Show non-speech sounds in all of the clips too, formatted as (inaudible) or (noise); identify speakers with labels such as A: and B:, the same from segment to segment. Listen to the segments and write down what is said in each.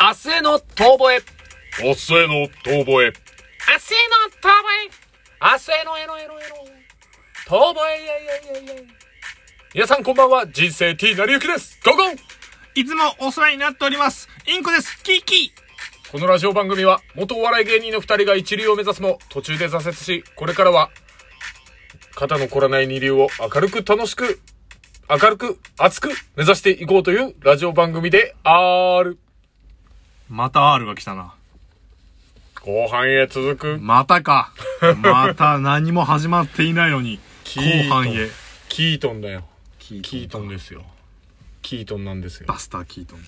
A: 明日の遠吠え。
B: 明日への遠吠え。
A: 明日の遠吠え。明日のエロエロエロ。遠吠え、いやいやいやいや。
B: 皆さんこんばんは、人生 T なりゆきです。ゴーゴー
C: いつもお世話になっております。インコです。キーキ
B: このラジオ番組は、元お笑い芸人の二人が一流を目指すも、途中で挫折し、これからは、肩の凝らない二流を明るく楽しく、明るく、熱く目指していこうというラジオ番組である。
C: ー。また R が来たな。
B: 後半へ続く、
C: またか。また何も始まっていないのに、
B: キ
C: 後
B: ートン
C: 半へ。
B: キートンだよ。
C: キー
B: キートンですよ。キートンなんですよ。
C: バスターキートン。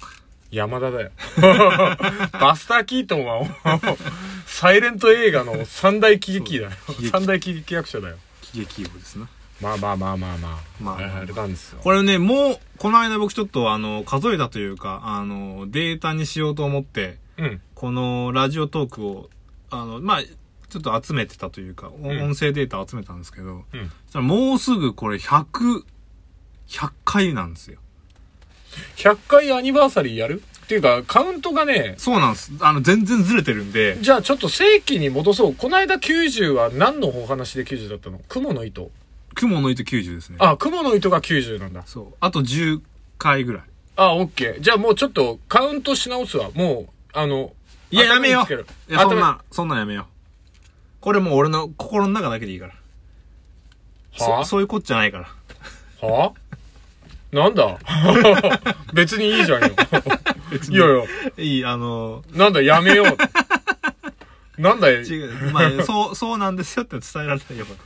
B: 山田だよ。 (laughs) バスター・キートンは、 (laughs) サイレント映画の三大喜劇だよ
C: そう喜。劇
B: 三大喜劇役者だよ。
C: 喜劇王ですな。
B: まあまあまあまあまあ。
C: まあまあまあ
B: あれなんですよ。
C: これね、もう、この間僕ちょっとあの、数えたというか、あの、データにしようと思って、
B: うん。
C: このラジオトークを、あの、まあ、ちょっと集めてたというか、お
B: ん
C: 音声データ集めたんですけど、
B: うん。
C: そしたらもうすぐこれ100、100回なんですよ。
B: 100回アニバーサリーやるっていうか、カウントがね、
C: そうなんです。あの、全然ずれてるんで、
B: じゃあちょっと正規に戻そう。この間90は何のお話で90だったの雲の糸。
C: 雲の糸90ですね。
B: あ、雲の糸が90なんだ。
C: そう。あと10回ぐらい。
B: あ、オッケー。じゃあもうちょっとカウントし直すわ。もう、あの、
C: いや、や
B: 頭
C: め
B: に
C: よ
B: つける
C: う。いや、そん
B: 頭に
C: な、そんなんやめよう。これもう俺の心の中だけでいいから。
B: は
C: そそういうこっちゃないから。 (laughs)
B: はあなんだ (laughs) 別にいいじゃ
C: (laughs)
B: んよ。いやいや、
C: いい、あの
B: なんだやめよう。なんだよ
C: ー、。違う、ま
B: (laughs)
C: あ、そう、そうなんですよって伝えられたらよかっ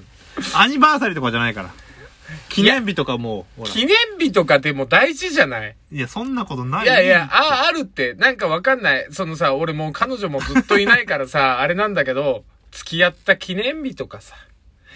C: た。アニバーサリーとかじゃないから。記念日とかもう、ほら。い
B: 記念日とかでも大事じゃない
C: や、そんなことない。
B: いやいや、あ、あるって、なんかわかんない。そのさ、俺もう彼女もずっといないから
C: (laughs)
B: さ、あれなんだけど、付き合った記念日とかさ。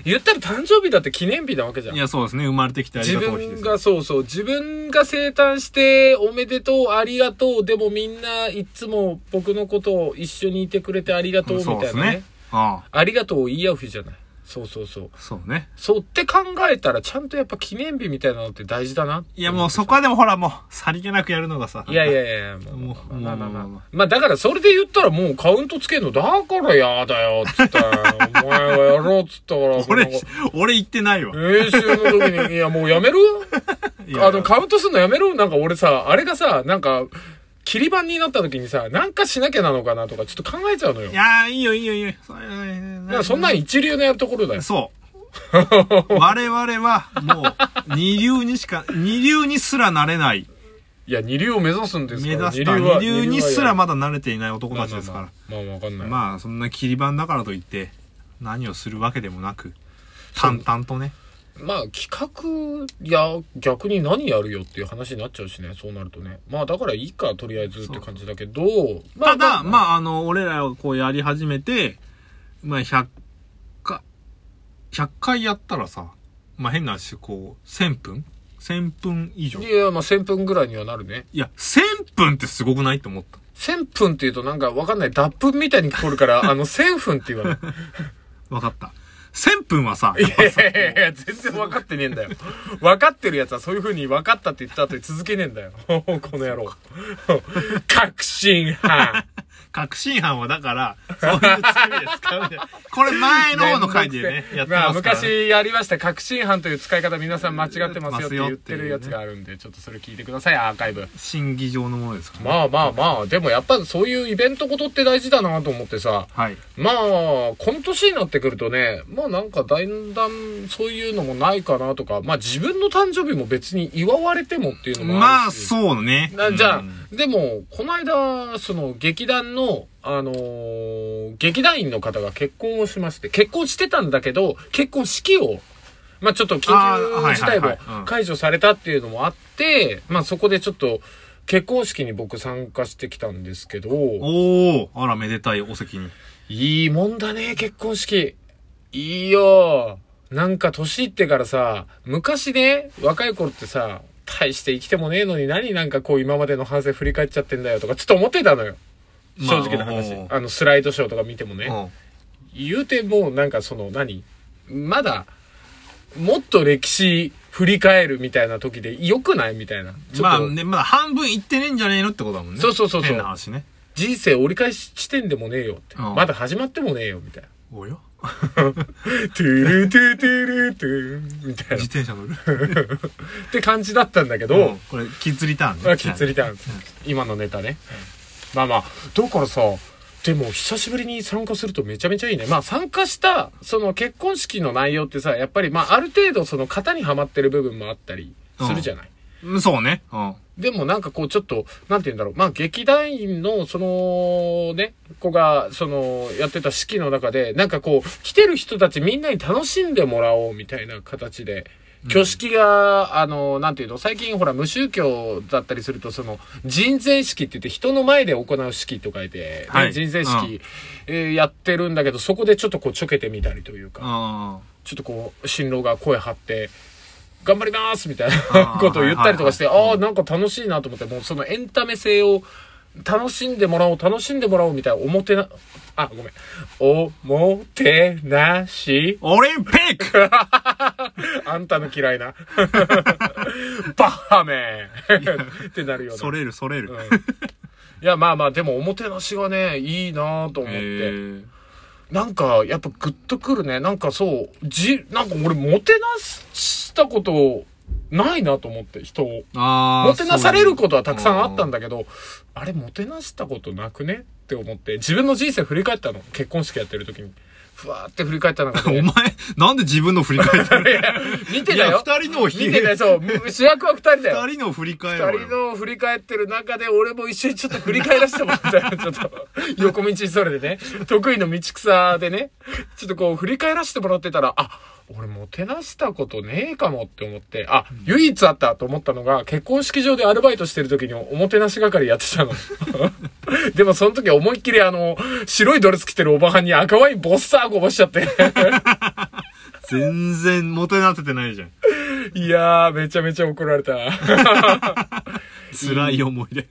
B: 言ったら誕生日だって記念日なわけじゃん
C: い。や、そうですね。生まれてきてあり
B: 自
C: がとう日で
B: 分
C: す。
B: がそうそう自分が生誕しておめでとうありがとうでもみんないっつも僕のことを一緒にいてくれてありがとうみたい
C: そう
B: な
C: です
B: ね,、
C: ね。あ
B: ありがとうを言い合う日じゃないそうそうそう
C: あ、そうね。
B: そうって考えたらちゃんとやっぱ記念日みたいなのって大事だない
C: や、もうそこはでもほら、もう、さりげなくやるのがさ。
B: いやいやいやいや
C: もう
B: まあまあまあまあまあ
C: もう
B: まあまあだからそれで言ったらもうカウントつけるのだからやだよっつった
C: (laughs)
B: らお前がやろうっつったからこの
C: (laughs) 俺、俺言ってないわ。
B: 練習の時に、いや、もうやめる
C: いや
B: あの、カウントするのやめろなんか俺さ、あれがさ、なんか、切り板になった時にさ、なんかしなきゃなのかなとか、ちょっと考えちゃうのよ。
C: い
B: だか
C: やー、いいよいいよいいよ。そん
B: らそんな一流のやるところだよ。
C: そう。我々は、もう、二流にしか、二流にすらなれない。
B: いや、二流を目指すんですか
C: 目
B: ら
C: 指した二流にすらまだ慣れていない男
B: まあ
C: た
B: まあ
C: ちですから。
B: まあ、まあわかんない。
C: まあ、そんな切り板だからといって、何をするわけでもなく、淡々とね。
B: まあ、企画、いや、逆に何やるよっていう話になっちゃうしね、そうなるとね。まあ、だからいいか、とりあえずって感じだけど、
C: ただ、
B: あ、
C: まあ、あの、俺らをこうやり始めて、まあ、100回、100回やったらさ、まあ、変な話、こう、1000分 ?1000 分以上。
B: い
C: い
B: や、まあ、1000分ぐらいにはなるね。
C: や、1000分ってすごくないって思った。
B: 1000分って言うとなんかわかんない脱粉みたいに聞こえるから、あの、1000分って言わない。
C: わかった。1000分はさ、
B: いやいやいや、全然分かってねえんだよ。分かってるやつはそういう風に分かったって言った後に続けねえんだよ。 (laughs) この野郎。確信犯。
C: 確信犯はだから、そういう罪ですかみた
B: (laughs)
C: いな。これ前の方の回でね、やって
B: まあ、
C: ますから、ね。
B: 昔やりました、確信犯という使い方皆さん間違ってますよって言ってるやつがあるんで、ちょっとそれ聞いてください、アーカイブ。
C: 審議上のものですから、ね。
B: まあまあまあ、でもやっぱそういうイベントことって大事だなと思ってさ、
C: はい。
B: まあ、この年になってくるとね、まあなんかだんだんそういうのもないかなとか、まあ自分の誕生日も別に祝われてもっていうのもあるし。
C: まあ、そうね。
B: なじゃあ、
C: うん
B: でも、この間、その、劇団の、あのー劇団員の方が結婚をしまして、結婚してたんだけど、結婚式を、まあちょっと緊
C: あーは
B: 急
C: い
B: 事態
C: は
B: も
C: いはいうん
B: 解除されたっていうのもあって、まあそこでちょっと、結婚式に僕参加してきたんですけど、
C: おー、あら、めでたいお席に。
B: いいもんだね、結婚式。いいよ。なんか年いってからさ、昔ね、若い頃ってさ、大して生きてもねえのに何なんかこう今までの反省振り返っちゃってんだよとかちょっと思ってたのよ。
C: ま
B: 正
C: あ
B: 直な話。
C: おう
B: あの、スライドショーとか見てもね。
C: うん
B: 言うてもうなんかその何まだ、もっと歴史振り返るみたいな時で良くないみたいな。ちょっと、
C: まあね、まだ半分いってねえんじゃねえのってことだもんね。
B: そうそうそうそう
C: 変な話ね。
B: 人生折り返し地点でもねえよって。
C: うん
B: まだ始まってもねえよ、みたいな。
C: おや
B: トゥルトゥトゥルトゥみたいな。
C: 自
B: っ
C: 転車乗る
B: て感じだったんだけ (laughs) ど、
C: うんこれキッズリターン
B: あ
C: ね
B: きっつりたん今のネタね、まあまあだからさでも久しぶりに参加するとめちゃめちゃいいねまあ参加したその結婚式の内容ってさやっぱりまあある程度その型にはまってる部分もあったりするじゃない、
C: うんそうねうん
B: でもなんかこうちょっと、なんて言うんだろう。まあ劇団員の、その、ね、子が、その、やってた式の中で、なんかこう、来てる人たちみんなに楽しんでもらおうみたいな形で、挙式が、あの、なんていうの、最近ほら、無宗教だったりすると、その、人前式って言って、人の前で行う式と書いて、ね
C: はい
B: 人前
C: う
B: 式
C: ん、
B: えーやってるんだけど、そこでちょっとこう、ちょけてみたりというか、
C: あ
B: ちょっとこう、新郎が声張って、頑張りますみたいな
C: あー
B: (laughs) ことを言ったりとかして、
C: はいはいはい
B: ああ、なんか楽しいなと思って、もうそのエンタメ性を楽しんでもらおう、楽しんでもらおうみたいな、おもてな、あ、ごめん。おもてなし。
C: オリンピ
B: (laughs)
C: ック
B: あんたの嫌い
C: (laughs)
B: な。バッハメン (laughs) ってなるよう
C: そ
B: な。
C: れるそれる、
B: うんいや、まあまあ、でもおもてなしがね、いいなと思って。
C: えー
B: なんか、やっぱグッとくるね。なんかそう、じ、なんか俺、もてなしたこと、ないなと思って、人を。
C: あー
B: もてなされることはたくさんあったんだ
C: だ
B: けど、あれ、もてなしたことなくねって思って、自分の人生振り返ったの。結婚式やってる時に。ふわーって振り返った中
C: (laughs) お
B: で。
C: 前なんで自分の振り返
B: (laughs)
C: ったの
B: 見てたよ。
C: いや二人のを
B: 見
C: ひ
B: てたよ、そう。主役は二人だよ
C: 二。人の振り返ろう
B: 二
C: よ
B: 人の振り返ってる中で、俺も一緒にちょっと振り返らせてもらったよ。ちょっと、横道それでね、 (laughs) 得意の道草でね、ちょっとこう振り返らせてもらってたら、あ、俺もてなしたことねえかもって思って、あ、唯一あったと思ったのが、結婚式場でアルバイトしてる時におもてなし係やってたの。 (laughs) でもその時思いっきりあの、白いドレス着てるおばはんに赤ワインボッサーこぼしちゃって。 (laughs)
C: 全然もてなせてないじゃん
B: いやー、めちゃめちゃ怒られた。 (laughs)
C: 辛い思い出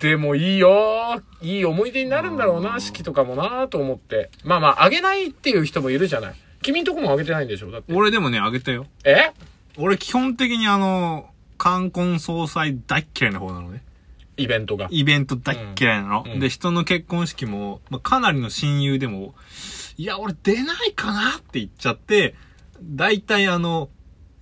B: でもいいよいい思い出になるんだろうな、式とかもなと思って。まあまあ、あげないっていう人もいるじゃない。君んとこもあげてないんでしょだって。
C: 俺でもねあげたよ
B: え
C: 俺基本的にあの冠婚葬祭大っ嫌いな方なのね
B: イベントが。
C: イベント大っ嫌いなの、
B: うんうん
C: で人の結婚式も、まあ、かなりの親友でもいや俺出ないかなって言っちゃって大体あの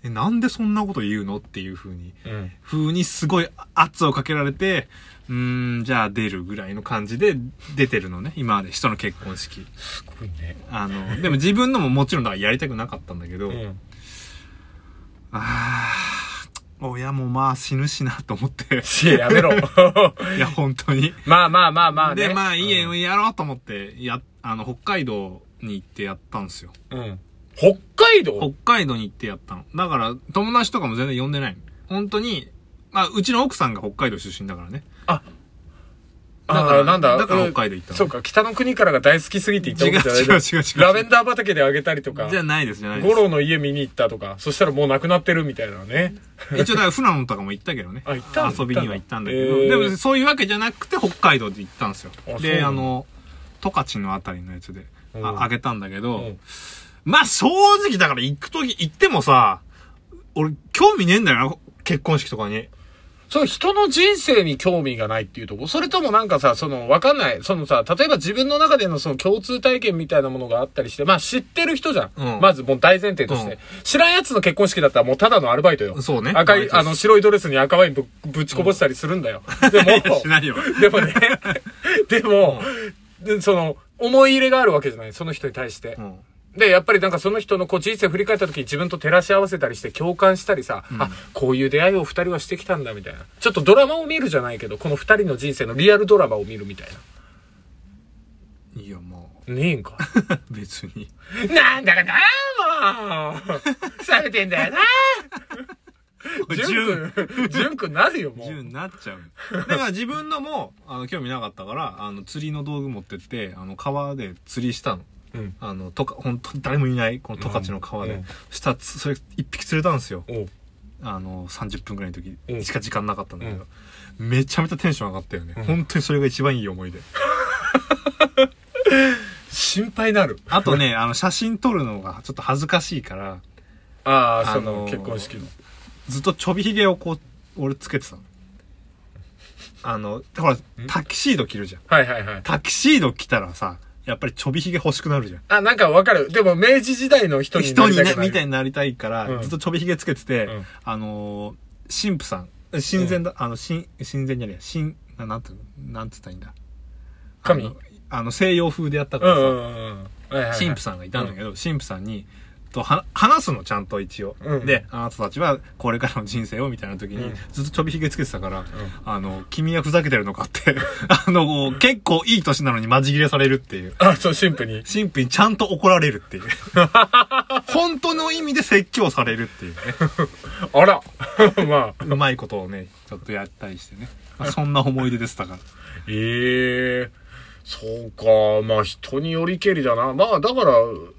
C: えなんでそんなこと言うのっていう風に
B: うん。
C: 風にすごい圧をかけられてうーんじゃあ出るぐらいの感じで出てるのね今まで人の結婚式
B: すごいね。
C: あ
B: (laughs)
C: のでも自分のももちろんだからやりたくなかったんだけど、
B: うん。
C: ああ、親もまあ死ぬしなと思って。
B: いや、やめ
C: (laughs)
B: ろ。
C: いや、本当に。
B: まあまあまあまあね。
C: で、まあ、いいえ、
B: うん。
C: やろうと思って、や、あの、北海道に行ってやったんですよ。
B: うん北海道
C: 北海道に行ってやったの。だから、友達とかも全然呼んでない。本当に、まあ、うちの奥さんが北海道出身だからね。
B: あ、
C: だか
B: あ
C: ら、
B: ーなんだ
C: だから北海道行ったの。
B: そうか、北の国からが大好きすぎて言った
C: 違う
B: わけじゃない
C: (laughs) 違う違う違う。
B: ラベンダー畑であげたりとか
C: じ、ゃないです、じゃないで
B: 五郎の家見に行ったとか、そしたらもう亡くなってるみたいなね。
C: す。一応、だから、富良野とかも行ったけどね。
B: あ行ったんだ
C: 遊びには行ったんだけ
B: へ
C: ど。で
B: ー
C: も、そういうわけじゃなくて、北海道で行ったんですよ
B: あ。そう
C: で、
B: なの
C: あの、十勝のあたりのやつで。
B: うん
C: ああげたんだけど、
B: うん
C: まあ正直だから行くとき、行ってもさ、俺興味ねえんだよな、結婚式とかに。
B: そう、人の人生に興味がないっていうとこそれともなんかさ、その、わかんない。そのさ、例えば自分の中でのその共通体験みたいなものがあったりして、まあ知ってる人じゃん。
C: うん
B: まずもう大前提として。
C: うん
B: 知らん奴の結婚式だったらもうただのアルバイトよ。
C: そうね
B: 赤
C: バイ
B: い、
C: トです
B: あの、白いドレスに赤ワインぶぶちこぼしたりするんだよ。でも、
C: し (laughs) ないよ。
B: でもね、でも、でその、思い入れがあるわけじゃない。その人に対して。
C: うん。
B: で、やっぱりなんかその人のこう人生振り返った時に自分と照らし合わせたりして共感したりさ、あ、こういう出会いを二人はしてきたんだみたいな。ちょっとドラマを見るじゃないけど、この二人の人生のリアルドラマを見るみたい
C: いや、も
B: な。ねえんか。
C: う、 (laughs) 別に。
B: (laughs) なんだかなあもう冷めてんだよな
C: 純。
B: 純くんなるよ、も
C: 純
B: う。
C: になっちゃう。だから自分のも、あの、興味なかったから、あの、釣りの道具持ってって、あの、川で釣りしたの。
B: うん
C: あの、とか、本当に誰もいない、この十勝の川
B: う
C: で
B: ん。
C: した、つそれ、一匹釣れたんですよ。
B: おう
C: あの、30分ぐらいの時
B: うん
C: しか時間なかったんだけど、めちゃめちゃテンション上がったよね。本当にそれが一番いい思い出。
B: 心配なる。
C: あとね、あの、写真撮るのがちょっと恥ずかしいから、
B: ああ、そ
C: あの
B: の
C: ー
B: 結婚式の。
C: ずっとちょびひげをこう、俺つけてたの。あの、ほら、タキシード着るじゃん。
B: はいはいはい。
C: タキシード着たらさ、やっぱりちょびひげ欲しくなるじゃん。
B: あ、なんかわかる。でも、明治時代の人にな
C: 人
B: り
C: に
B: た
C: ね
B: く、な
C: みたい
B: る。
C: になりたいから、
B: うん
C: ずっとちょびひげつけてて、
B: うん
C: あのー、神父さん、神前だ、あの、神、神前じゃねえ、神、ななんていうのなんつったらいいんだ。
B: 神
C: あのあの、西洋風でやったか
B: うん
C: ら
B: う
C: さ、
B: んうんうん。はいはいはい
C: 神父さんがいたんだけど、神父さんに、とは話すのちゃんと一応、
B: うん
C: であなたたちはこれからの人生をみたいな時に、
B: うん
C: ずっとちょびひげつけてたから、あの君はふざけてるのかって (laughs) あの結構いい年なのにまじ切れされるっていう
B: あ、そう、神父に。
C: 神父にちゃんと怒られ
B: (laughs)
C: るっていう本当の意味で説教されるっていうね
B: あら。 (laughs) まあ。
C: うまいことをねちょっとやったりしてね、まあそんな思い出ですだから
B: ええそうか。まあ、人によりけりだな。まあ、だから、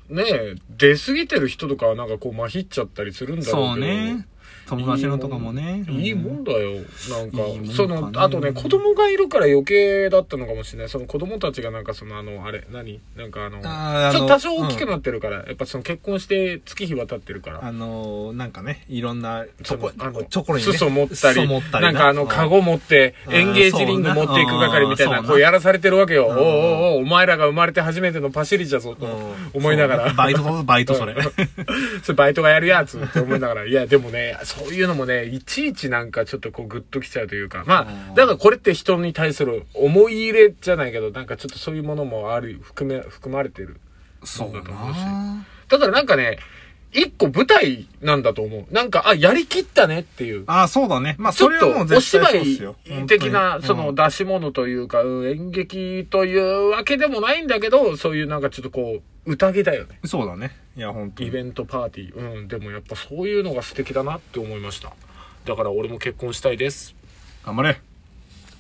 B: ね、出過ぎてる人とかはなんかこう、まひっちゃったりするんだろうけど。
C: そうね友達のとかもね
B: いいも
C: うん
B: んだよ。なんか、
C: いいもんかね
B: その、あとね、子供がいるから余計だったのかもしれない。その子供たちがなんかその、あの、あれ、何なんかあの、
C: あーあの
B: ちょっと多少大き
C: う
B: く
C: ん
B: なってるから、やっぱその結婚して月日は経ってるから。
C: あのー、なんかね、いろんなチ
B: そ
C: ョコ
B: の、あの
C: チョコレート、ね。
B: 裾持った
C: 裾
B: り
C: 持ったり
B: なんかあの、カゴ持って、
C: うん
B: エンゲージリング持っていく係みたい
C: あーそう
B: な、
C: な
B: こうやらされてるわけよ。お
C: ん
B: うおうおうお前らが生まれて初めてのパシリじゃぞ、と思いながら。
C: バイトだ、バイトそれ。
B: (laughs) それバイトがやるやつって思いながら、いや、でもね、そういうのもね、いちいちなんかちょっとこうグッときちゃうというか、ま
C: う
B: あ、
C: ん
B: だからこれって人に対する思い入れじゃないけど、なんかちょっとそういうものもある、含め、含まれてる。
C: そう
B: そ
C: だ
B: うだと思うし
C: な
B: だからなんかね、一個舞台なんだと思う。なんか、あ、やりきったねっていう。
C: ああ、そうだね。まあ、
B: ち
C: そ
B: ょ
C: れ
B: っ
C: は
B: と
C: もう
B: お
C: 絶
B: 芝
C: 対そうですよ。
B: 居的な、その
C: 本
B: 出し物というか、うん演劇というわけでもないんだけど、そういうなんかちょっとこう、宴だよね。
C: 当に、うんそうだね。いや、本当
B: イ
C: に。
B: ベントパーティー。うん、でもやっぱそういうのが素敵だなって思いました。だから俺も結婚したいです。
C: 頑張れ。